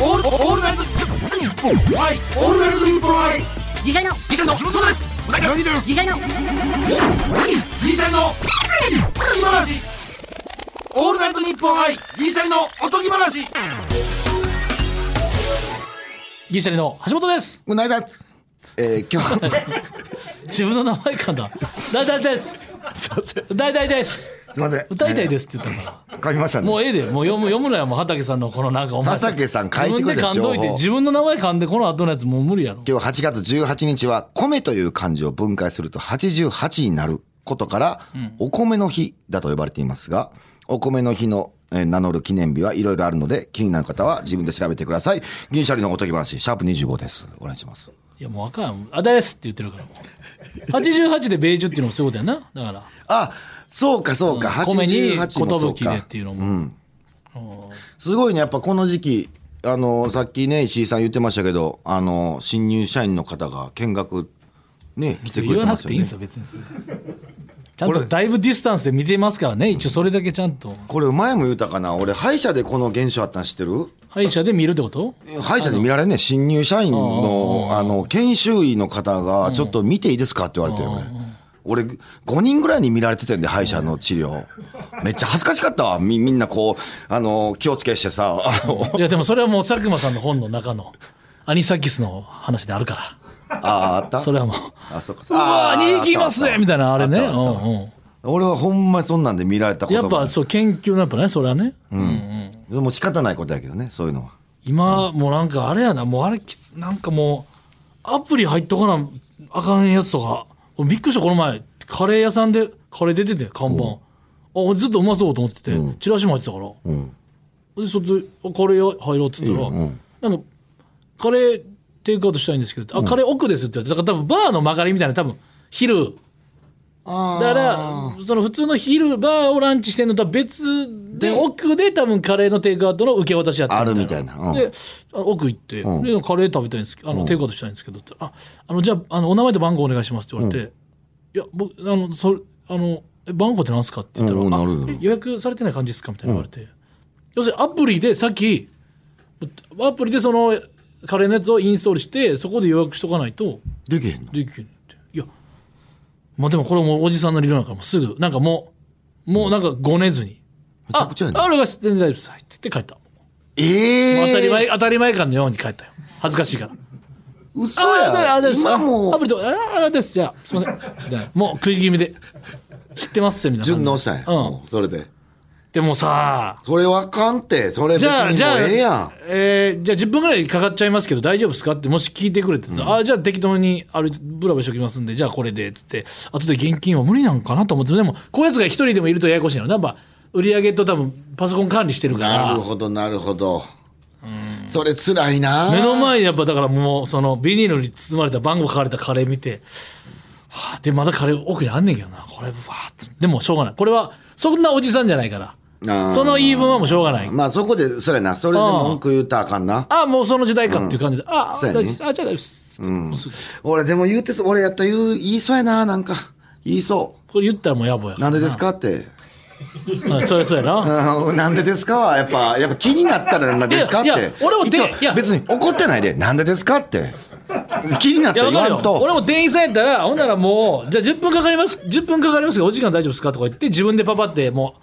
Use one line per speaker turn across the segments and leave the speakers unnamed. オールオールナイトニッポンはいオールナイトニッポンはい
ギシャリの
ギシャリのそうです何です
ギシャリの
ギシャリのおとぎ話オールナイトニッポン愛ギシャリのおとぎ話
ギリシャリの橋本です
うなぎだえー、今日、す
自分の名前かんだ大体です大体です
いません。
歌いたいですって言ったから、
書きましたね。
もうええでもう読む読むのやもう畑さんのこのなんかお前
畑さん書いてくれた
自分で噛んどい
情
て
報
自分の名前噛んでこの後のやつもう無理やろ
今日8月18日は、米という漢字を分解すると88になることから、お米の日だと呼ばれていますが、お米の日の、えー名乗る記念日はいろいろあるので、気になる方は自分で調べてください。銀シャリのおとぎ話、シャープ25です。お願いします。
いやもうあかんあだですって言ってるからもう88でベージュっていうのもそういうことやなだから
あ、そうかそうか、
米に
88もそう
寿でっ
か。
ていうのも、
すごいね、やっぱこの時期、あの、さっきね、石井さん言ってましたけど、あの、新入社員の方が見学、ね、来てく
言
れて
わ
ま
なく
す
てい
よ
いんで
ね
す。よ別にそれちゃんとだいぶディスタンスで見てますからね一応それだけちゃんと
これ前も言ったかな俺歯医者でこの現象あったん知ってる
歯医者で見るってこと
歯医者で見られんねん新入社員のあの研修医の方が「ちょっと見ていいですか?」って言われて俺俺5人ぐらいに見られててんで歯医者の治療めっちゃ恥ずかしかったわみみんなこうあの気をつけしてさ あの
いやでもそれはもう佐久間さんの本の中のアニサキスの話であるか
ああった
らそれはもう
あそうか
うわ
あ
ー2匹います
あ
ね
った
みたいなあれね
あったあった
う
俺はほんまそんなんで見られたこ
んうんや
と
っ
が
ぱそう研究のやっぱねそれはね、
でも仕方ないことやけどねそういうのは
今もうなんかあれやなもうあれきつなんかもうアプリ入っとかなあかんやつとか俺びっくりしたこの前カレー屋さんでカレー出てて看板、あ俺ずっとうまそうと思ってて、チラシも入ってたから、でそれであカレー屋入ろうっつったら、なんかカレーテイクアウトしたいんですけど、あカレー奥ですって言ってだから多分バーの曲がりみたいな多分昼だからその普通の昼バーをランチしてんのとは別で奥で多分カレーのテイクアウトの受け渡しやった
あるみたいなうん
であの奥行って、でカレー食べたいんですけどあの、テイクアウトしたいんですけどってああのじゃああのお名前と番号お願いしますって言われて、いや僕あのそれあのえ番号ってなんですかって言ったら、
うん
あ
なるよ
え予約されてない感じですかみたいに言われて、要するにアプリでさっきアプリでそのカレーのやつをインストールしてそこで予約しとかないと
できへんの
できへんっていやまあでもこれもおじさんの理論だからもうすぐなんかもうもうなんかごねずに「
めちゃくちゃやな
ああ俺が全然大丈夫です」はいっつって帰った、
ええ
もう当たり前当たり前感のように帰ったよ恥ずかしいから
嘘
あああ
や
れです
今もう
アプリとああれですじゃあすいません みたいなもう食い気味で知ってますよみたいな
順応したんや、
うん
うん、それで
でもさ
それわかんってそれ別
じ
に
ゃ
も
あじゃあ
うええやん
えーじゃあ10分ぐらいかかっちゃいますけど大丈夫ですかってもし聞いてくれてさ、あじゃあ適当にあれブラブラしときますんでじゃあこれでっつって後で現金は無理なんかなと思ってでもこういうやつが一人でもいるとややこしいのやっぱ売り上げと多分パソコン管理してるか
なる
ら
ほどなるほどそれつらいな
目の前にやっぱだからもうそのビニールに包まれた番号書かれたカレー見て、はあ、でまだカレー奥にあんねんけどなこれわーってでもしょうがないこれはそんなおじさんじゃないから
あー
その言い分はもうしょうがない
まあそこでそれなそれで文句言ったらあかんな
ああもうその時代かっていう感じで、ああ
そう
大丈夫
やね
ですあじゃあ大丈夫です、もうすぐ
俺でも言うてそ俺やったら言う言いそうやななんか言いそ
これ言ったらもう野暮や
うなんでですかって
うんそりゃそうやな
うんなんでですかはやっぱやっぱ気になったらなんでですかっ
い
て
やいや俺もで
一応
いや
別に怒ってないでなんでですかって気になっ
い
た
や
ら
わ
言
かる
わん
よ俺
と
も店員さんやったらほんならもうじゃあ10分かかります10分かかりますがお時間大丈夫ですかとか言って自分でパパってもう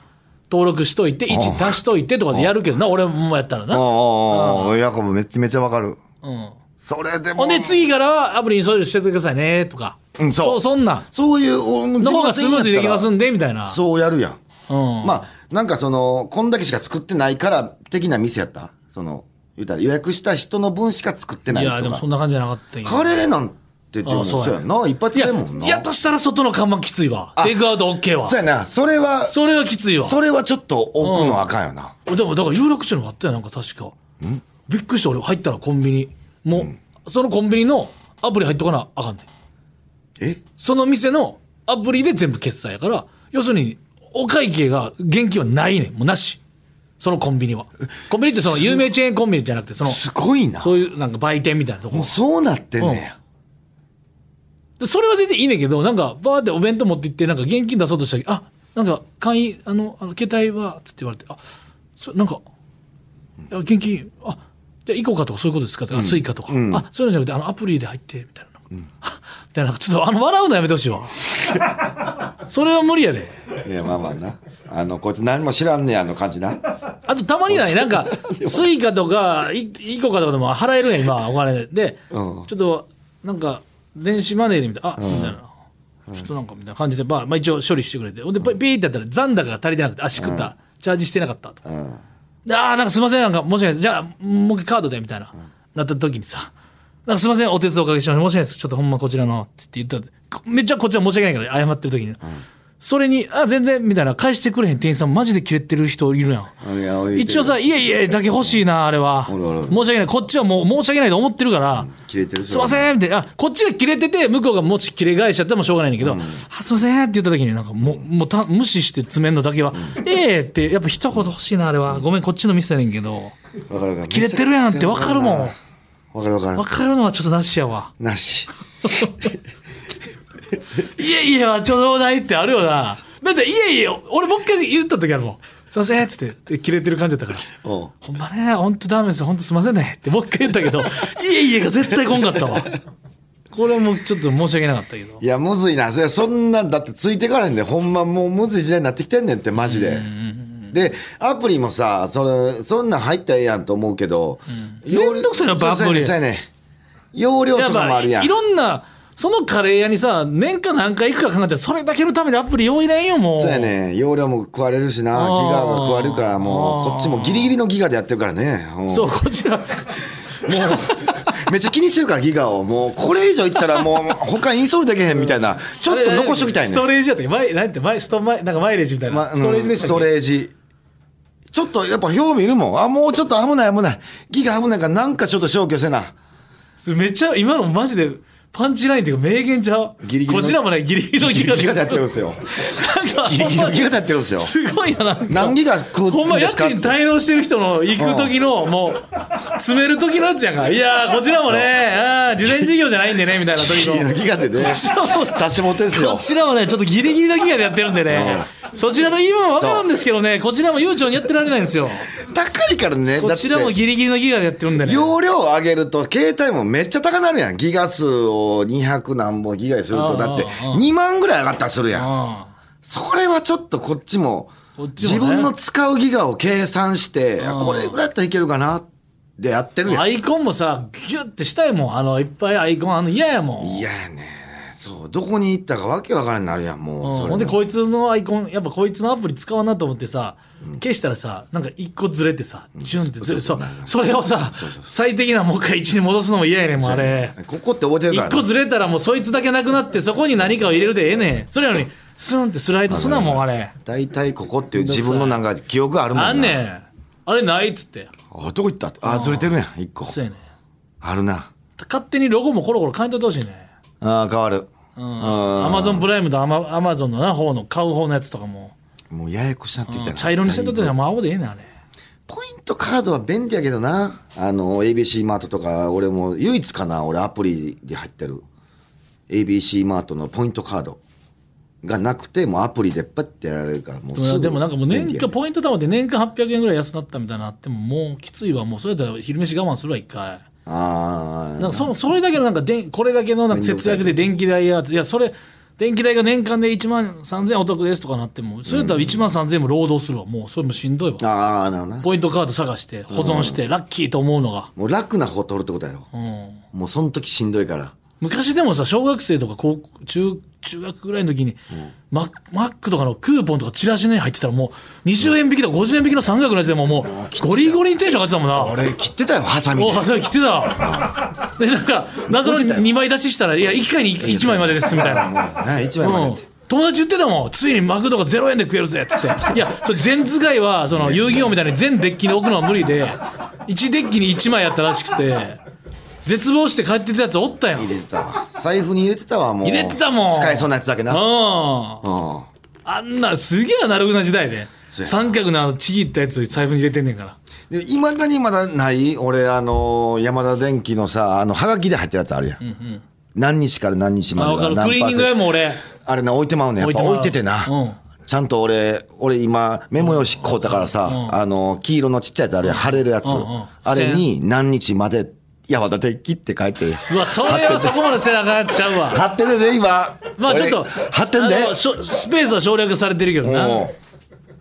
登録しといて位置足しといてとかでやるけどな俺もやったらな、うん、
おうおうおういやこれめっちゃめちゃわかるそれでも
ほんで次からはアプリインストールしててくださいねとか、
うんそう
そんなん
そういう俺も
の
自分
方がスムーズにできますんでみたいな
そうやるやん
うん
まあ、なんかその、こんだけしか作ってないから、的な店やったその、言うたら予約した人の分しか作ってないい
やで
と
もそ
か
ん。な感じじゃなかったんや
カレーなんてでも
あそうや
そうやんな。一発
いや
でもんな。
いやとしたら外の看板きついわテイクアウト OK は
そうやな。それは、
それはきついわ
それはちょっと置くのあかんよな。
俺でもだから有楽町のもあったよなんか確かびっくりした俺入ったらコンビニもう、そのコンビニのアプリ入っとかなあかんねん
え
その店のアプリで全部決済やから要するにお会計が現金はないねんもうなしそのコンビニはコンビニってその有名チェーンコンビニじゃなくてその
すごいな。
そういうなんか売店みたいなとこ
もうそうなってんねや。
でそれは全然いいねんけどなんかバーってお弁当持って行ってなんか現金出そうとしたらあなんか会員あのあの携帯は」つって言われて「あそなんかいや現金あで、イコカとかそういうことですかとか、あスイカとか、
ん
あ、そういうのじゃなくて、あの、アプリで入って、 みたいな。はっみたいな、ちょっと、あの、笑うのやめてほしいわ。それは無理やで。
いや、まあまあな。あの、こいつ何も知らんねや、あの感じな。
あと、たまにない、なん か、スイカとか、イイコカとかでも払えるやん、今、お金で。
うん
ちょっと、なんか、電子マネーで見たあ、みたいな。ちょっとなんかみたいな感じで、まあ、まあ、一応処理してくれて。ほんで、ピピーってやったら残高が足りてなくて、あ、しくった。チャージしてなかったと。
うん。
であーなんかすいません、なんか申し訳ないです。じゃあ、もう一回カードで、みたいな、なった時にさ、なんかすいません、お手数おかけしました。申し訳ないです。ちょっとほんまこちらの、って言ったらこめっちゃこっちは申し訳ないから、謝ってる時に。それに、あ、全然、みたいな、返してくれへん店員さん、マジでキレてる人いるやん。
いや俺言って
一
る
応さ、いえいえだけ欲しいな、あれは。
おるおるおる
申し訳ない。こっちはもう申し訳ないと思ってるから、
切れてる
すいませんみたいな、あこっちが切れてて、向こうがもち切れ返しちゃってもしょうがないんだけど、あすいませんって言った時に、なんかもう、もうた無視して詰めんのだけは、ええって、やっぱ一言欲しいな、あれは。ごめん、こっちのミスやねんけど、
わかるわかる。
切れてるやんってわかるもん
わかるわかる
分。かるのはちょっとなしやわ。
なし。
いえいえはちょうだいってあるよな。だって、いえいえ、俺もう一回言った時あるもん。すいませんっつって、で切れてる感じだったから。
おう
ほんまね、ほんとダメです、ほんとすいませんねってもう一回言った けど、いえいえが絶対こんかったわ。これもうちょっと申し訳なかったけど。
いや、むずいな。それそんなんだってついてかれんで、ほんまもうむずい時代になってきてんねんって、マジで。で、アプリもさ、それ、そんなん入ったらええやんと思うけど、容量
めんどくさいなやっぱアプリ
そうやねんそうやねん容量とかもあるやん
い。ろんな、そのカレー屋にさ、年間何回行くか考えて、それだけのためにアプリ用意ないよ、もう。
そうやねん容量も食われるしな、ギガ
あー
が食われるから、もう、こっちもギリギリのギガでやってるからね。うん
そう、こちら。
めっちゃ気にしてるから、ギガを。もう、これ以上いったらもう、他インストールできへんみたいな。ちょっと残しときたい
ス
ね
トレージやったっけマイ、なんて、マイ、ストマイ、なんかマイレージみたいな。
まあうん
ストレージでしたっ
スト
け
レージちょっとやっぱ表見るもん。あ、もうちょっと危ない危ない。ギガ危ないからなんかちょっと消去せな。
めっちゃ、今のマジで、パンチラインっていうか名言ちゃう。
ギリギリの
こちらもね、ギリギリのギ
ギ
ガ
ガでやってるんですよ。
なんか
ギリギリのギガでやってるんですよ。
すごいな、なんか。
何ギガ食
ほ
うん
ま
んで
家
すか
賃滞納してる人の行く時のもう詰める時のやつやんかいやーこちらもねあー事前事業じゃないんでねみたいな時
ギ
の
ガのギガ でね。差し持ってんす
こ
よ。
ちらもねちょっとギリギリのギガでやってるんでねそちらの言い分は分かるんですけどねこちらも悠長にやってられないんですよ
高いからね。
こちら
だ
も
って
ギリギリのギガでやってるんでね
容量を上げると携帯もめっちゃ高なるやん。ギガ数を200何本ギガにする
う
と、
ん
だって
うんうん
2万ぐらい上がったりするやん。
あ
それはちょっとこっちも、
こっちもね
自分の使うギガを計算して、あこれぐらいだったらいけるかなってやってる
あ
やん。
ア
い
イコンもさギュッてしたいもんあのいっぱいアイコンあの嫌やもん
ややね。そう、どこに行ったかわけわからんなるやん、もう。
うん
それ
ほんでこいつのアイコンやっぱこいつのアプリ使わなと思ってさ、消したらさなんか一個ずれてさジュンってずれてそうそれをさ最適なもう一回1に戻すのも嫌やねんもうあれ
ここって覚えてるから
一
な
個ずれたらもうそいつだけなくなってそこに何かを入れるでええねんそれやのにスンってスライドすなもんあれ
大体ここっていう自分のなんか記憶あるもんな。
あんねんあれないっつって
あどこ行ったってあ、ずれてるやん、一個。
そうやねん
あるな。
勝手にロゴもコロコロ変えといてほしいね
ああ、変わる。
アマゾンプライムとアマアマゾンのな方の買う方のやつとかも
もうややこしなってきたな
茶色にせんとってたらもう青でええねんあれ
ポイントカードは便利やけどな。あの、ABC マートとか、俺も唯一かな、俺アプリで入ってる。ABC マートのポイントカードがなくて、もうアプリでパッてやられるから、もうすぐ
でもなんかもう
便
年
利や
間ポイント貯まって年間800円ぐらい安なったみたいなのあってももうきついわもうそれだったら昼飯我慢するわ一回
あ
なん
あ、
かそのそれだけのなんかでんこれだけのなんか節約で電気代やいやそれ電気代が年間で1万3000円お得ですとかなってもそれだったら1万3000円も労働するわもうそれもしんどいわ
ああ、なるほどな。
ポイントカード探して保存してラッキーと思うのが、
もう楽な方取るってことやろ。
うん、
もうその時しんどいから。
昔でもさ小学生とか高校中中学ぐらいの時に、ママックとかのクーポンとかチラシに入ってたらもう20円引きとか50円引きの3額のやつでももうゴリゴリにテンション上がってたもんな
俺切ってたよ、ハサミ
お
で。
それ来てたでなんか謎の2枚出ししたらいや1回に 1, 枚までですみたいな、
はい、一枚まで
う
やっ
ん
て。、
友達言ってたもんついにマクドが0円で食えるぜっつっていやそれ全使いはその遊戯王みたいに全デッキに置くのは無理で1デッキに1枚やったらしくて絶望して帰ってたやつおったやんうん
入れてたわ。財布に入れてたわ、もう。
入れてたもん
使えそうなやつだけな。うん。あ
あんなすげえアナログな時代で
うや
三角のあのちぎったやつ財布に入れてんねんから
いまだにまだない俺、あのー、山田電機のさ、あの、はがきで入ってるやつあるやん。何日から何日ま
あ
で
分かる
何
クリーニング
パーセ
屋
ント
も俺
あれな、置いてまうねんやっぱ
まう
置いててな。
うん
ちゃんと俺、俺今、メモ用紙買うたからさ、あの、黄色のちっちゃいやつ、あれ、貼れるやつ
うんうん。
あれに何日まで山田で切って書いて。
うわそれはそこまで背中やっちゃうわ
貼っててね、今。
まあちょっと
俺貼ってんで
あのしょスペースは省略されてるけどな
も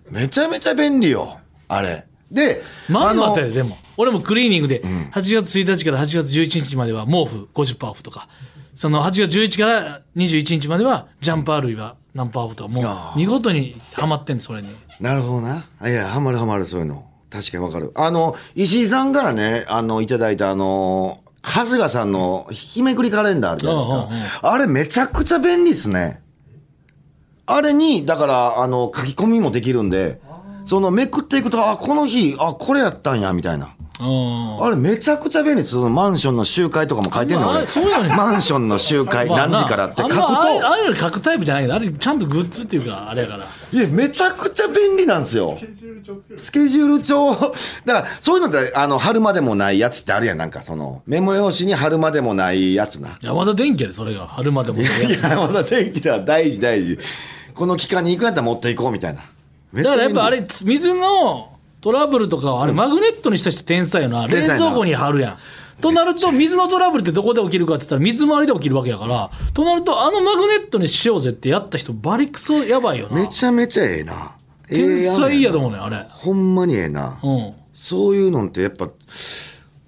う、めちゃめちゃ便利よ、あれ。で、
まんま
の
とやででも俺もクリーニングで8月1日から8月11日までは毛布50%オフとかその8月11から21日まではジャンパー類は何パーオフとかもう見事にはまってんのそれに
なるほどな。いや、はまるはまる、そういうの。確かにわかる。あの、石井さんからね、あの、いただいた、あの、春日さんの日めくりカレンダーあるじゃないですか。あれめちゃくちゃ便利ですね。あれに、だから、あの、書き込みもできるんで、その、めくっていくと、あ、この日、あ、これやったんや、みたいな。
うん
あれめちゃくちゃ便利です。そのマンションの集会とかも書いてん
ま
の
ああ
俺
れそうやねん
マンションの集会何時からって書くと、
まあなあんまあああいうの書くタイプじゃないけどあれちゃんとグッズっていうかあれやから
いや、めちゃくちゃ便利なんですよ。スケジュール帳。だから、そういうのって、あの、貼るまでもないやつってあるやん。なんか、その、メモ用紙に貼るまでもないやつ な。
山田電機やでそれが春までもね
いや、まだ天気では大事大事。この期間に行くんやったら持っていこうみたいな。め
だからやっぱあ
便利、
れ水のトラブルとかはあれマグネットにした人天才よな冷
天才な
蔵庫に貼るやんとなると水のトラブルってどこで起きるかって言ったら水回りで起きるわけやからとなるとあのマグネットにしようぜってやった人バリクソやばいよな
めちゃめちゃええな。
天才や
ええ
と
ん
思うねんあれ
ほんまにええな。
うん
そういうのってやっぱ、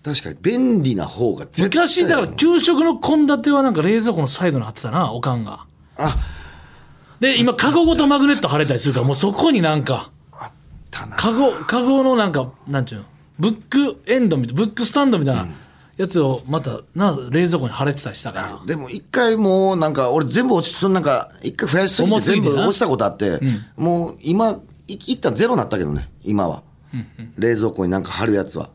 確かに便利な方が絶対
昔だから給食の献立はなんか冷蔵庫のサイドに貼ってたなおかんが
あ
で今カゴごとマグネット貼れたりするからもうそこになんか
あったな。
カゴ、カゴのなんか、なんちゅうの、ブックエンドみたいな、ブックスタンドみたいなやつをまた、な、冷蔵庫に貼れてたりしたから。
でも一回もうなんか俺全部落ちそのなんか一回増やしすぎて
重すぎ
全
て
部
な
落ちたことあって、もう今い一旦ゼロになったけどね今は、冷蔵庫になんか貼るやつは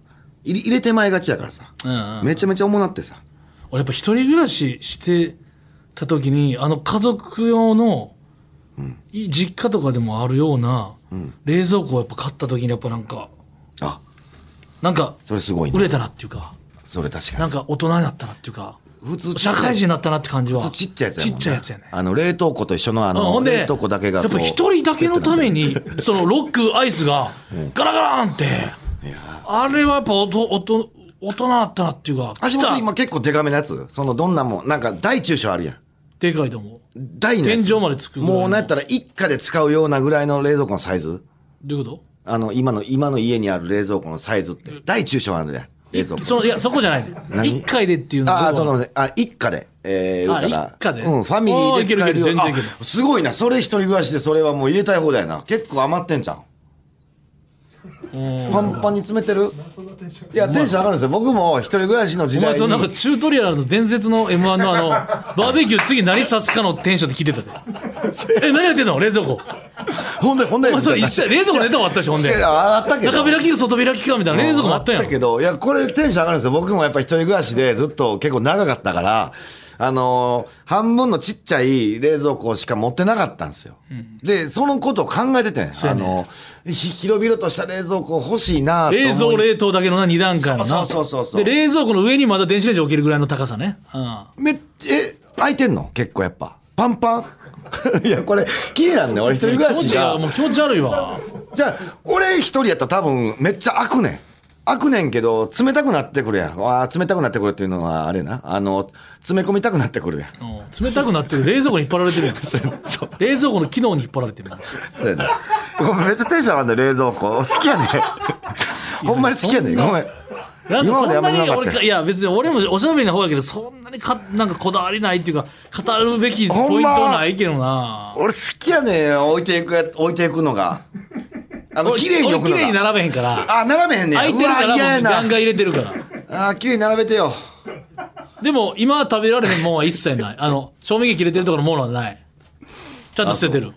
入れ入れてまいがちやからさ、
うんうん
めちゃめちゃ重なってさ
俺やっぱ一人暮らししてた時に、あの家族用の、い実家とかでもあるような、冷蔵庫をやっぱ買った時にやっぱなんか、
あ
なんか、
それすごい
売
ね
れたなっていうか、
それ確か
な
に
んか大人になったなっていうか、
普通ちっちゃ
社
い
会人になったなって感じは。
普通ちっちゃいやつやも
ち
ん、
っちゃいやつやね。
あの冷凍庫と一緒のあ
うんほ
の
んで
冷凍庫だけが
やっぱ一人だけのためにそのロックアイスがガラガランってあれはやっぱおとおと大人だったなっていうか来
足元
た
今結構デカめのやつそのどんなもんなんか大中小あるやん
でかいと思う
大のや
天
つ
井までつくぐらいの
もうなんやったら一家で使うようなぐらいの冷蔵庫のサイズ
どういうこ
あの、今の、今の家にある冷蔵庫のサイズって、大中小あるで、冷蔵
と
庫。
そのいやそこじゃない
何
一回でっていうの
ああ、
ど
そうの、あ、一家で、えー、
あ
言うたら
一家で
うん、ファミリーで使えるよ
あーいけるいける全然いける
あすごいな、それ一人暮らしでそれはもう入れたい放題やな。結構余ってんじゃん。パンパンに詰めてるいや、テンション上がるんですよ。僕も一人暮らしの時
お前
代
そのなんか
に。
チュートリアルの伝説の m 1のあのバーベキュー次何指すかのテンションで聞いてた でえ何やってんの冷蔵庫
ほんで、ほんで、
お前それ
みたい
一緒や冷蔵庫のネタもあったしほん
な
で
してああったけど。
中開きか外開きかみたいな冷蔵庫もあったやん
けど、いや、これテンション上がるんですよ。僕もやっぱ一人暮らしでずっと結構長かったから、あのー半分のちっちゃい冷蔵庫しか持ってなかったんですよ。で、そのことを考えててん、あのーひ広々とした冷蔵庫欲しいなと思い
冷蔵冷凍だけのな2段階のな
そうそうそうそう
で冷蔵庫の上にまだ電子レンジ置けるぐらいの高さね、うん、
めっちゃ、え、開いてんの結構やっぱ。パンパン いや、これ、気になんねん俺一人暮ら
気持
し
ち
が
が。もう気持ち悪いわ
じゃあ、俺一人やったら多分めっちゃ開くねん。開くねんけど、冷たくなってくるやん。あー冷たくなってくるっていうのは、あれな。あの、詰め込みたくなってくるやん。
うん冷たくなってる冷蔵庫に引っ張られてる やん冷蔵庫の機能に引っ張られてる
そうやね。ごめん、めっちゃテンション上がるね、冷蔵庫。好きやね。 ほんまに好きやね。ごめん。
なんか
今ま
そ
で
ん
あん
な
まり
に
なかった
俺かいや別に俺もおしゃべりな方やけどそんなにかなんかこだわりないっていうか語るべきポイントはないけどな
俺好きやね。置いていくやつ、置いていくのが。あの、
俺
綺麗に置く
俺綺麗
の
に
が。
並べへんから
あ、並べへんねん。
空いてるか
うわ
ら
嫌や
もうガンガ
な。
ン入れてるから
あー、綺麗に並べてよ。
でも今は食べられへんもんは一切ないあの賞味期限切れてるところのものはないちゃんと捨ててる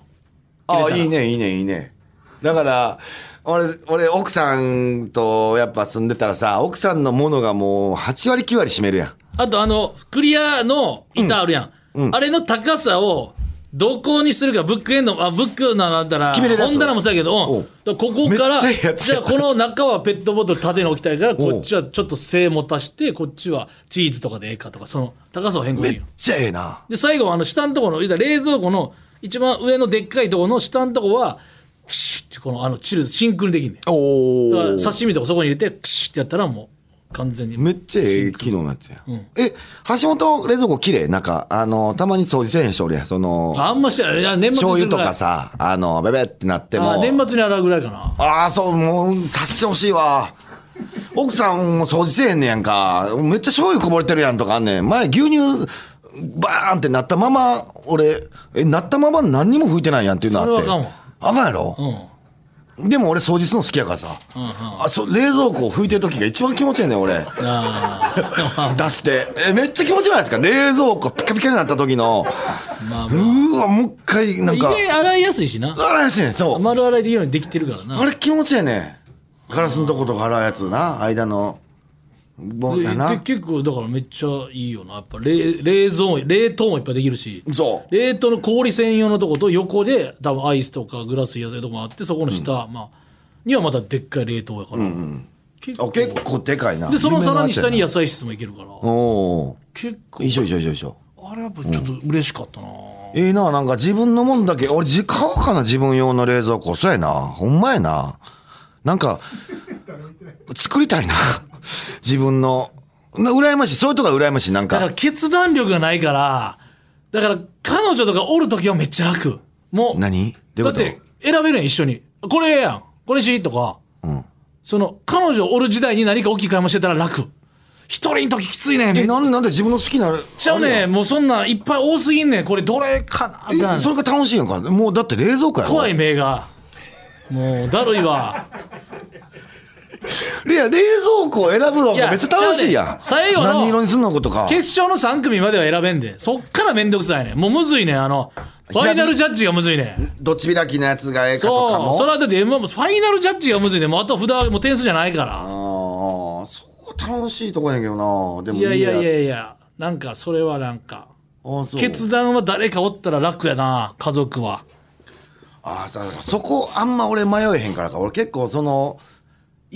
ああ、いいね、いいね、いいね。だから、俺、俺、奥さんとやっぱ住んでたらさ、奥さんのものがもう8割9割占めるやん。
あとあの、クリアの板あるやん。あれの高さを、どこにするか、ブックエンド、あ、ブックのなんだら、
決めれるやつ
本棚もそうやけど、うん
おう
だからここから、
めっちゃいいやつ
じゃあこの中はペットボトル縦に置きたいから、
おう
こっちはちょっと背も足して、こっちはチーズとかでええかとか、その高さを変更
め
でき
っ
る。
ちゃええな。
で、最後はあの下のところの、言うたら冷蔵庫の一番上のでっかいとこの下のとこは、クシュッてこの、あの、チル、真空にできんねん。だ
お
から
ー
刺身とかそこに入れて、クシュッてやったらもう、完全に。
めっちゃええ機能なやつや、え、橋本冷蔵庫綺麗なんか、あの、たまに掃除せえへんし、俺や。その、
あんましてない。いや、年末
醤
にする
油と
ぐらい
かさ、あの、ベベってなって
あ
も。
ー年末に洗うぐらいかな。
ああ、そう、もう、察してほしいわ。奥さんも掃除せえへんねやんか。めっちゃ醤油こぼれてるやんとかあんねん。前、牛乳、バーンってなったまま、俺、え、なったまま何にも拭いてないやんっていうのあって。
それはあかんわ
あかんやろ、でも俺掃除するの好きやからさ。あそう冷蔵庫を拭いてる時が一番気持ちいいねん、俺。
あ
出して。え、めっちゃ気持ちいいじゃないですか。冷蔵庫ピカピカになった時の。
ーまあ、
う
ま
ーわ、もう一回、な
あ、
ん
意
か。
外洗いやすいしな。
洗いやすいねん、そう。
丸洗いできるようにできてるからな。
あれ気持ちええねガラスのとことか洗うやつな、間の。もうや
で
な
で。結構だからめっちゃいいよなやっぱ冷冷蔵も冷凍もいっぱいできるし
そう。
冷凍の氷専用のとこと横で多分アイスとかグラス野菜とかもあってそこの下、まあ、にはまたでっかい冷凍やから、結
あ、結構でかいな。
でそのさらに下に
や
野菜室もいけるから、
おお
結構
ー。いいしょいいしょいいしょいいしょ。
あれやっぱちょっと嬉しかったな、
ええな、なんか自分のもんだけ、俺、じ買おうかな、自分用の冷蔵庫。そうやな。ほんまやな。なんか、作りたいな。 自分の。な羨ましい。そういうとこが羨ましい。なん
だから
か、
決断力がないからだから彼女とかおる時はめっちゃ楽もう
何どうい
だっ
うこと
て選べるやん一緒にこれええやんこれしとか、その彼女おる時代に何か大きい買い物してたら楽一人の時きついねんめ
え、
っ
なんで、なんで自分の好きな。
ちゃうねんもうそんなんいっぱい多すぎんねんこれどれかなみたいな
え、それが楽しいやんか。もう、だって冷蔵庫やろ。
怖い目がもうだるいわ
いや、冷蔵庫を選ぶのがめっちゃ楽しい
い
や
や
ん。
最後の
何色にすんのことか。
決勝の3組までは選べんでそっからめんどくさいねんもうむずいねんあのファイナルジャッジがむずいねん
どっち開きのやつがええかとか
そ
も。
うそれはだって M1 もファイナルジャッジがむずいねんもうあと札はもう点数じゃないから
ああ、そこ楽しいとこやねんけどな。でも
いやいやい
や。
やいや、なんかそれはなんか、
あそう
決断は誰かおったら楽やな、家族は。
あそうそこあんま俺迷えへんからか。俺結構その、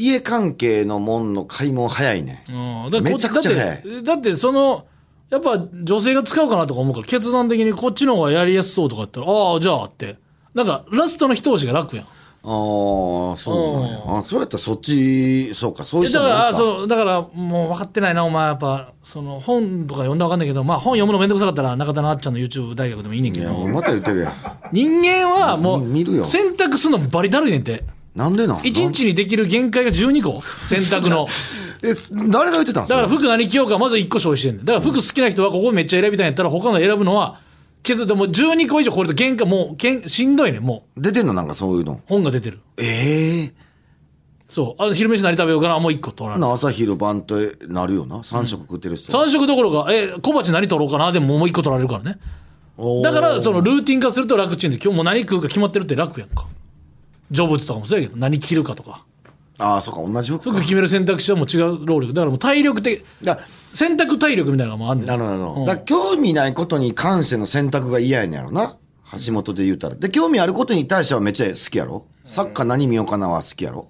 家関係のもんの買い物早いねん。
うん、だからこ
めちゃくちゃ
だ
早
っ
い
て、だってその、やっぱ女性が使うかなとか思うから、決断的にこっちの方がやりやすそうとか言ったら、ああ、じゃあって。なんかラストの一押しが楽やん。
ああ、そうなんや。あそうやったらそっち、そうか、そういう
えだか
人もいる
ら、
か
あそう、だからもう分かってないな、お前やっぱ、その本とか読んだら分かんないけど、まあ本読むのめんどくさかったら中田のあっちゃんの YouTube 大学でもいいねんけ
いや、
ど、
もうまた言ってるやん。
人間はも
見る
う
よ
選択するのバリだるいねんて。
なんでなん
1日にできる限界が12個選択 の。
え、誰が言ってたん
だから服何着ようかまず1個消費してんねんだから服好きな人はここめっちゃ選びたいんやったら他の選ぶのは削ってもう12個以上これと限界もうけんしんどいねんもう
出てんのなんかそういうの。
本が出てる
ええ
そうあ昼飯何食べようかなもう1個取らない
な朝昼晩となるよな3食食ってる人、
3食どころかえ小鉢何取ろうかなでももう1個取られるからね
おー
だからそのルーティン化すると楽ちんで今日もう何食うか決まってるって楽やんかジョブズとかもそうやけど何着るかとか
ああそうか同じ服
服
か
決める選択肢はもう違う労力だからもう体力的
だ
選択体力みたいなのがもうあるんです
な
よ
るほどなるほど、だから興味ないことに関しての選択が嫌やねんやろな橋本で言うたらで興味あることに対してはめっちゃ好きやろサッカー何見ようかなは好きやろ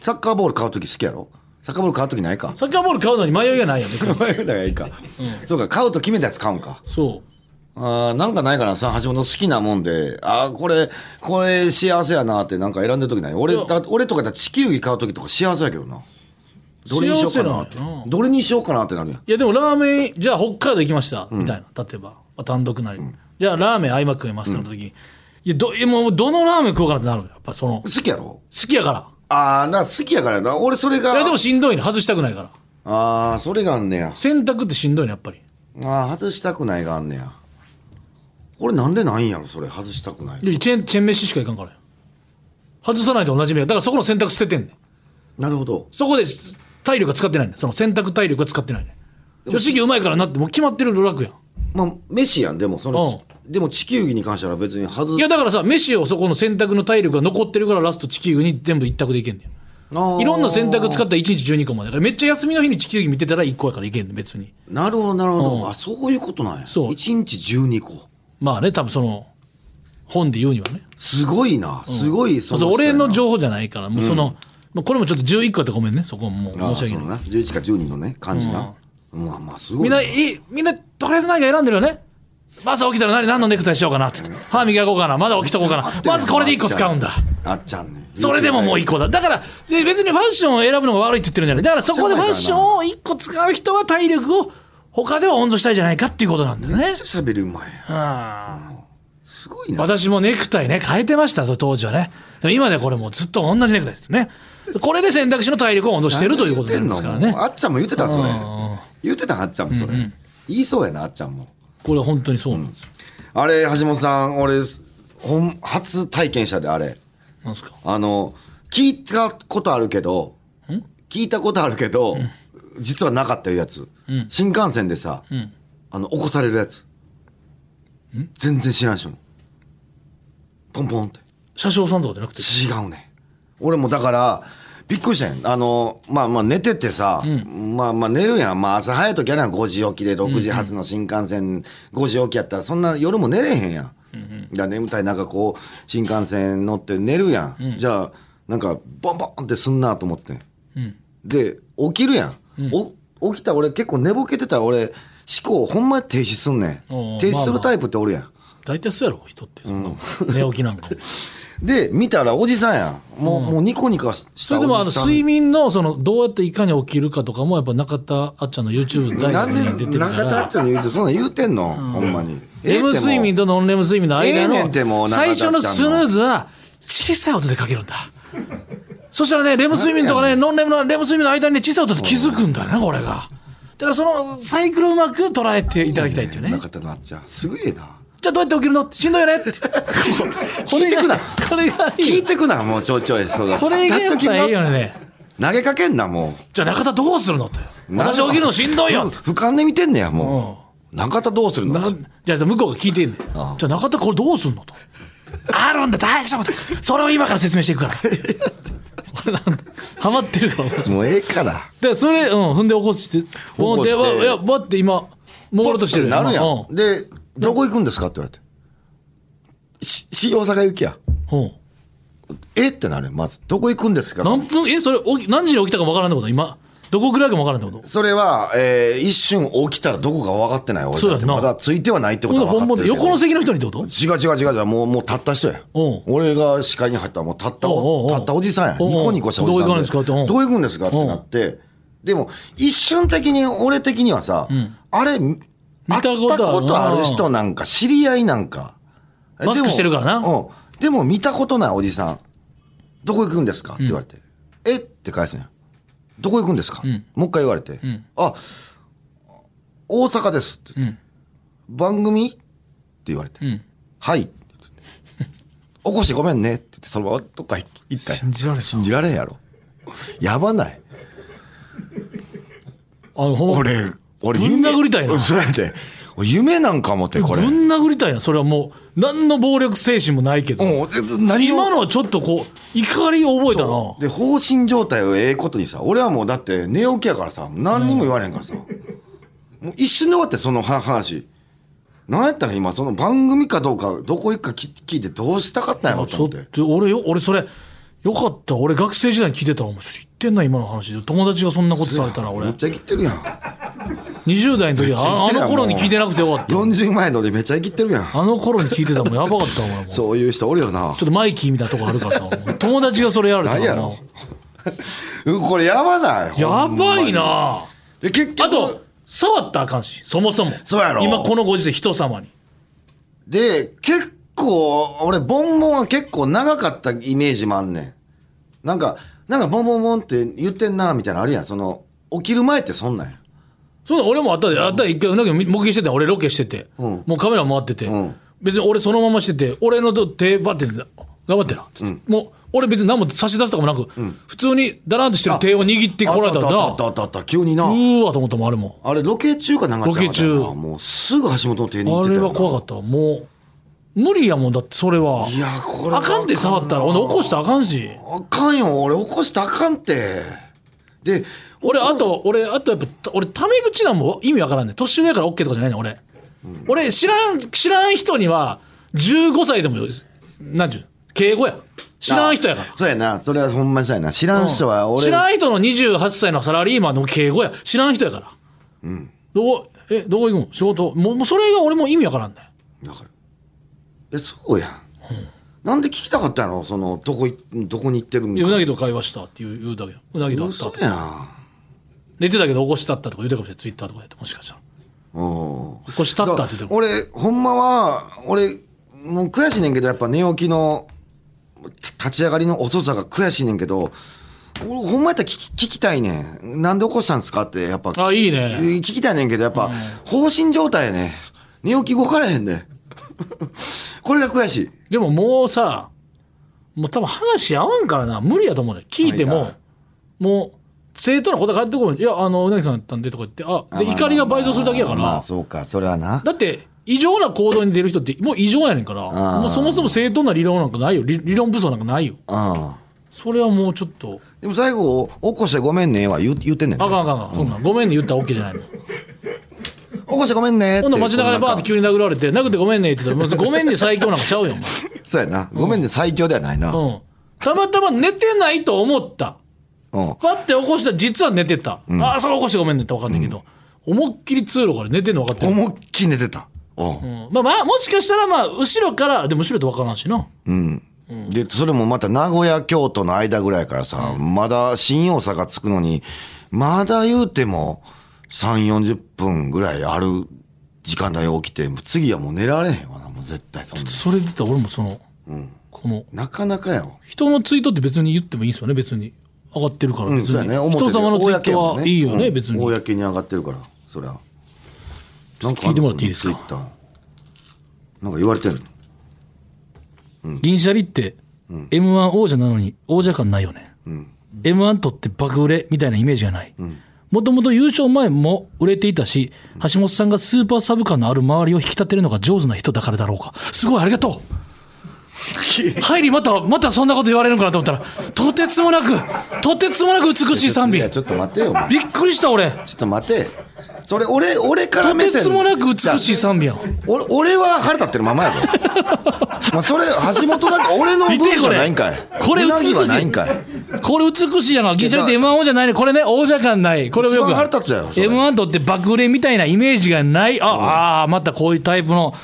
サッカーボール買うとき好きやろサッカーボール買うときない か
サッカーボール買うのに迷いがないやん別に
だからいいか、そうか買うと決めたやつ買うんか
そう
あーなんかないからさ橋本好きなもんでああこれこれ幸せやなってなんか選んでるときない俺
いや
だ俺とかだって地球儀買うときとか幸せやけどなどれにしようかなって
幸せなんやな
どれにしようかなってなるやん
いやでもラーメンじゃあ北海道行きました、みたいな例えば、まあ、単独なり、じゃあラーメン相まくえますってなった時に、いやどいやもうどのラーメン食おうかなってなるのよやっぱその好
好きやろ
きやか
ああだから好きやからやな俺それ
らい
が
やでもしんどいね外したくないから
ああそれがあんねや
選択ってしんどいねやっぱり
あー外したくないがあんねや俺なんでないんやろそれ外したくない
いやチェーンチェーン飯しかいかんからよ外さないと同じ目だからそこの選択捨ててんねん
なるほど
そこで体力は使ってないねんその選択体力は使ってないねん吉木うまいからなってもう決まってるの楽やん
まあ飯やんでもそのちでも地球儀に関しては別に外
いやだからさ飯をそこの選択の体力が残ってるからラスト地球に全部一択でいけんねんい
い
ろんな選択使ったら1日12個までだからめっちゃ休みの日に地球儀見てたら1個やからいけんね別に
なるほどなるほど、
うん
あそういうことなんや
そう
1日12個
まあね多分その本で言うにはね
すごいな、すごいそ
そう俺の
上
情報じゃないからもうその、まあ、これもちょっと11個やってごめんねそこはもう
ああ
申し
そう
訳ない
な11か12のね感じな、まあまあすごい
みんないいみんなとりあえず何か選んでるよね朝起きたら何何のネクタイしようかなっつって歯磨こうかなまだ起きとこうかなまずこれで1個使うんだ
あっちゃんね
それでももう1個だだからで別にファッションを選ぶのが悪いって言ってるんじゃないだからそこでファッションを1個使う人は体力を他では温存したいじゃないかっていうことなんだよね
めっちゃ喋りうまい
うん
すごいな
私もネクタイね変えてましたそれ当時はねでも今ではこれもうずっと同じネクタイですねこれで選択肢の体力を温存してるということになりますから
言ってん
ね
のもうあっちゃんも言ってたそれ
うん
言ってたあっちゃんもそれ言いそうやなあっちゃんも
これは本当にそうなんですよ、
あれ橋本さん俺ほん初体験したであれ
なんですか
あの聞いたことあるけど聞いたことあるけど実はなかったいうやつ新幹線でさあの起こされるやつ全然知らん人もポンポンって
車掌さんとかじゃなくて
違うね俺もだからびっくりしたんやあのまあまあ寝ててさ、まあまあ寝るやん、まあ、朝早い時やな5時起きで6時発の新幹線5時起きやったらそんな夜も寝れへんやん、だから眠たい中こう新幹線乗って寝るやん、じゃあなんかボンボンってすんなと思ってん、で起きるやん、お起きた俺結構寝ぼけてたら俺思考ほんま停止すんねん
おー
停止す
まあま
る
あ
タイプっておるやん、
大体そうやろ人ってそんなもん寝起きなんか も
で見たらおじさんやんもう,、もうニコニコし
そ
た
れでもあ
お
の
じさん
睡眠のそのどうやっていかに起きるかとかもやっぱ中田あっちゃんの YouTube 大
なん
学
で
に出てるか
中田あ
ら
っちゃんの言うてそんなん言うてんの、ほんまに。
レム睡眠
と
とノンレム睡眠の間
ええねんても
の
う中田
最
あっち
初
ゃんの
のスヌーズは小さい音でかけるんだ。そしたらね、レム睡眠とかね、ノンレムのレム睡眠の間にね小さい音で気づくんだよね、これが。だからそのサイクルをうまく捉えていただきたいっていうね。
中田のあっちゃんすげえな。
じゃあどうやって起きるのってしんどいよねって。こ
聞いてくな
これがい
聞い
い。
てくなもうちょいちょいそうだ。
これがやっ
立っ
ぱい
て
い
きな
よね。
投げかけんなも
じゃあ中田どうするのって。
な。
私起きるのしんどいうよって。
俯瞰で見てんねやもう。中田どうするの
なじゃあ向こうが聞いてんねん
ああ
じゃあ中田これどうすんのとあるんだ大丈夫だそれを今から説明していくから俺なんだハマってるからだか
もうええから。
らそれうんそんで起こしてもう
起こして
でわいや待って今戻ろうとしてる
なるや。
うん
でどこ行くんですかって言われて。し新大阪行きや。
んうん
えってなるよまずどこ行くんですか。
何分えそれ起き何時に起きたかもわからんってこと今どこぐらいかもわからんってこと
それは、えー一瞬起きたらどこか分かってない俺
そうや
だっ
ん
て
な
まだついてはないってこ
ほん
と
な
は
ら
分か
本
って
物で
るけど
横の席の人にってこと
違う違う違う違うもうもうたった人や
おう
俺が視界に入ったらもうたった
おうおうお
お
う
たったおじさんや
おうおう
ニコニコしたおじさん
どう行くんですかってうん
どう行くんですかってなってでも一瞬的に俺的にはさ、あれ見
たことあるな
会ったことある人なんか知り合いなんか
マスクしてるからな
でも,、うん、でも見たことないおじさんどこ行くんですかって言われて、えって返すねんどこ行くんですか、もう一回言われて、あ大阪ですって言って、番組って言われて、はいって言って起こしてごめんねって言ってそのままどっか行ったんや
信じられん
信じられんやろやばない
あのほんま
俺俺
ぶん殴りたいな
それで俺夢なんかもってこれ
ぶん殴りたいなそれはもう何の暴力精神もないけど
うん全何を
今のはちょっとこう怒りを覚えたな
で放心状態をええことにさ俺はもうだって寝起きやからさ何にも言われへんからさ、もう一瞬で終わってそのは話なんやったら今その番組かどうかどこ行くか聞聞いてどうしたかったんやろ
あ
うと
ちょ
思っ
ってと俺よ俺それよかった俺学生時代に聞いてたわお前ちょっと言ってんな今の話で友達がそんなことされたな俺
めっちゃ生きてるやん
20代の時
めっちゃ
はあ
生きてる
の
やん
頃に聞いてなくてよかった
40前のでめっちゃ生きてるやん
あの頃に聞いてたもんやばかったわ俺もちょ
そういう人おるよな
っとマイキーみたいなとこあるからさ友達がそれやられた
何
から
や
な
ろうんこれやばない
やばいなあ
で結局
と触ったらあかんしそもそも
そうやろ
今このご時世人様に
で結構俺ボンボンは結構長かったイメージもあんねんなんかなんかボンボンボンって言ってんなみたいなのあるやんその起きる前ってそんなんや
そうだ俺もあったであったで一回うなぎを目撃してた俺ロケしてて、
ん
もうカメラ回ってて、
ん
別に俺そのまましてて俺の手バッて頑張ってなつって、もう俺別に何も差し出すとかもなく、普通にだらんとしてる手を握ってこられたんだう
あったあったあったあったあった急にな
ーわと思ったもんあれも
あれロケ中かなんかちゃうかったよな
ロケ中
もうすぐ橋本の手に行っ
あ
てた
れ
よな
は怖かったわもう無理やもんだってそれはい
やこれは
あかんって触ったら
あかん
ほ
なん
で起こしたらあかんし
あかんよ俺起こしたらあかんってで
俺あと俺あとやっぱた俺タメ口なんも意味わからんねん年上から OK とかじゃないねん俺、俺知らん知らん人には15歳でもなんちゅう敬語や知らん人やから
そうやなそれはほんまにそうやな知らん人は俺
知らん人の28歳のサラリーマンの敬語や知らん人やから、どうえ、どこ行くの仕事。もう、もうそれが俺も意味わからんねん。
だからえそうやん、なんで聞きたかったんやろそのどこいどこに行ってるん
いやう
か
なぎと会話したっていう言うだけうなぎと会った
嘘
と
やん
寝てたけど起こしたったとか言うてるかもしれないツイッターとかでもしかしたら
うん
起こしたったって言ってるかも
俺ほんまは俺もう悔しいねんけどやっぱ寝起きのた立ち上がりの遅さが悔しいねんけど俺ほんまやったら聞き聞きたいねんなんで起こしたんですかってやっぱ
あいいね
聞きたいねんけどやっぱ、放心状態やね寝起き動からへん でこれが悔しい
でももうさもう多分話合わんからな無理やと思うね聞いて
無理
も
だ
もう正当な答え返ってこないいやあのうなぎさんやったんでとか言ってあで怒りが倍増するだけやか
まあ
ら
そうかそれはな
だって異常な行動に出る人ってもう異常やねんから
ー
もうそもそも正当な理論なんかないよ理理論武装なんかないよ
うん
それはもうちょっと
でも最後起こしてごめんねは言う言ってんねん
あ
で
かんあかんあかんそんなんごめんね言ったら OK じゃないの
起こしてごめんねっ
ほ
て
んなら街中でバーって
こ
急に殴られて、殴ってごめんねって言ったら、もうごめんね最強なんかちゃうよ、お前
うなんかそうやなごめんね最強ではないなうん、
うん。たまたま寝てないと思った。パッて起こしたら実は寝てた。ああ、それ起こしてごめんねって分かんないけど、思いっきり通路から寝てんの分かってる。
思いっきり寝てたうん
うんまあまあ、もしかしたらまあ、後ろから、でも後ろって分からんしな。
で、それもまた名古屋、京都の間ぐらいからさ、まだ新大阪着くのに、まだ言うても3、40分ぐらいある時間帯起きて、もう次はもう寝られへんわな、もう絶対そんな。
それで言ったら俺もその、この、
なかなかやわ。
人のツイートって別に言ってもいいんですよね、別に。上がってるから
うん、
別
そう
に。
やね。表で
人様のツイート
公やもん
は
ね
いいよね、
うん
別に。
公に上がってるから、そりゃ。なんか
聞
あんの
いてもらっていいですか
その Twitter なんか言われてんの
銀シャリって、M1 王者なのに王者感ないよね。M1 取って爆売れみたいなイメージがない。もともと優勝前も売れていたし、橋本さんがスーパーサブ感のある周りを引き立てるのが上手な人だからだろうか。すごいありがとう入りまた、またそんなこと言われるのかなと思ったら、とてつもなく、とてつもなく美しい賛
い
美。
や、ちょっと待てよ、お前
びっくりした俺。
ちょっと待て。それ、俺、俺から
と
目
て
線
つもなく美しい賛美やん。
俺俺は腹立ってるままやぞ まあそれ橋本なんか俺の
見て
分じ
こ
ゃ
れ
ないんかい
これ
う
美
な
し
ぎ
い
はないんかい
これ美しいやな。銀シャリって M1 王者ないね。これね、王者感ない。これもよく
一
あ
番
る。
腹立つやろそれ
M1 とって爆売れみたいなイメージがない。あ、あー、またこういうタイプの。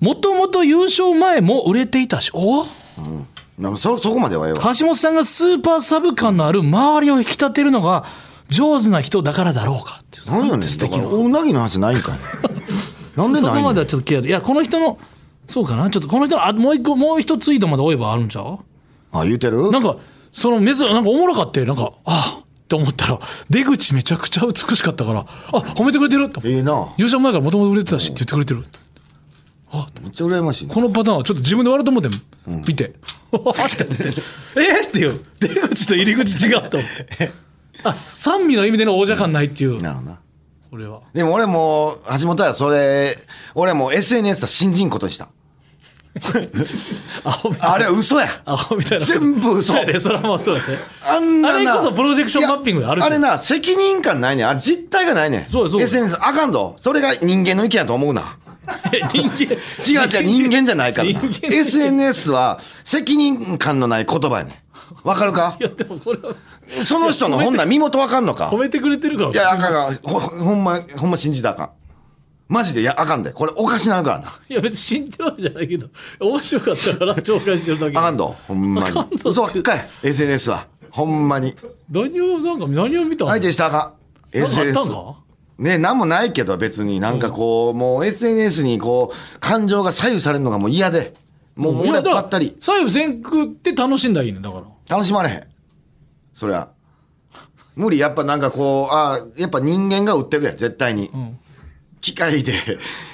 もともと優勝前も売れていたし、お
なんかそそこまではええわ
橋本さんがスーパーサブ感のある周りを引き立てるのが上手な人だからだろうかっていう。
何やねん
素敵
だ
な
からうなぎの話ないん かいなんで
そ
な
こ
い
まで
ねん
はちょっと気合い。いや、この人の、そうかな。ちょっとこの人の、あもう一個、もう一ツイートまで追えばあるんちゃう
あ言うてる
なんか、その、めず、なんかおもろかって、なんか、ああって思ったら、出口めちゃくちゃ美しかったから、あ褒めてくれてると
ええな
優勝前からもともと売れてたしって言ってくれてる。
めっちゃ羨ましいな
このパターンはちょっと自分で笑うと思って、見て。 えーっていう、出口と入り口違うと思って。あ、三味の意味での王者感ないっていう、
なるほどな
これは。
でも俺もう橋本はそれ俺もう SNS は信じんことにした
アホみたいな。
あれは嘘や
アホみたいな。
全部嘘
そうやで、それはもうそうやで。
あんなな
あれこそプロジェクションマッピング
い
で
や
あるし
あれな責任感ないねんあれ実態がないねん
そうですそうです
SNS あかんぞそれが人間の意見やと思うな
人間。
違う違う人間じゃないからな
人間
SNS は責任感のない言葉やねんわかるか
いや、でもこれは、
その人の本来身元わかんのか
褒めてくれてるから。
いやあかんあかんほほんまほんま信じたらあかんマジでいやあかんでこれおかしなるからない
や別に死んでるわけじゃないけど面白かったから紹介してるだけ
あかんどほんまに
あかんどって
嘘ばっかい SNS はほんまに
何をなんか何を見たの
相手したらあかん
なんかあっ
SNS
たんか
ねなんもないけど別になんかこうもう SNS にこう感情が左右されるのがもう嫌でもう
い
俺
やだ
ば
から
ったり
左右先空って楽しんだらいいねんだから
楽しまれへんそりゃ無理やっぱなんかこうあやっぱ人間が売ってるやん絶対に、機械で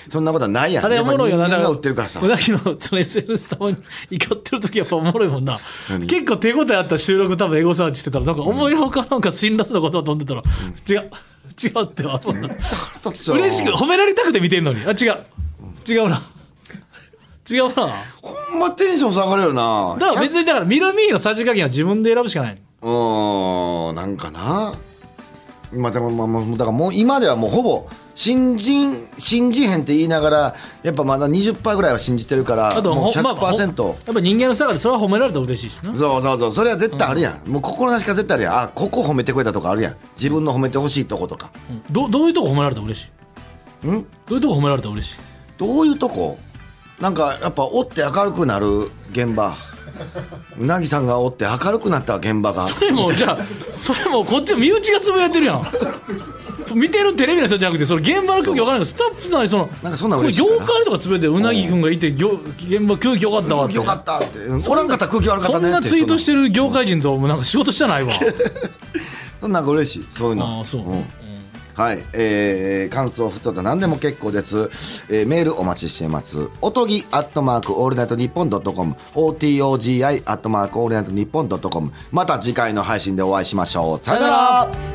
そんなことはないやん
あれおもろいよな
やっぱ
だら
人間が売ってるからさ
うなぎのその SNS たまに怒ってる時やっぱおもろいも んな結構手応えあった収録多分エゴサーチしてたらなんか思いのほかなんか辛辣なことが飛んでたら、違う 違うってわ嬉しく褒められたくて見てんのにあ違う違うな違うな
ほんまテンション下がるよな
だから別にだから見る見いのさじ加減は自分で選ぶしかないの
うーんなんかなまあでもまあもうだからもう今ではもうほぼ信じん信じへんって言いながらやっぱまだ20%ぐらいは信じてるから
あと
もう
ほまあほやっ
100%、
ぱ人間の差があってそれは褒められたら嬉しいしな
そうそうそうそれは絶対あるやん、もう心なしか絶対あるやんあここ褒めてくれたとかあるやん自分の褒めてほしいとことか
どどういうとこ褒められたら嬉しい
ん
どういうとこ褒められたら嬉しい
どういうとこなんかやっぱおって明るくなる現場うなぎさんがおって明るくなった現場 が
それもじゃあそれもこっち身内がつぶやいてるやん見てるテレビの人じゃなくてその現場の空気分からないけどスタッフさんにその
なんかそんなん
これ
嬉しい
業
な
界とかつぶやいてうなぎくんがいて業現場空気良かったわっ
空
て
気良かったってうんおらんかったら空気悪かった
そん
ねって
なツイートしててる業界人ともなんか仕事したないわ
そんなんか嬉しいそういうの
ああそう、
んはい、えー、感想、普通と何でも結構です。えーメールお待ちしています。おとぎ、アットマーク、オールナイトニッポンドットコム、OTOGI、アットマーク、オールナイトニッポンドットコム。また次回の配信でお会いしましょう。さよなら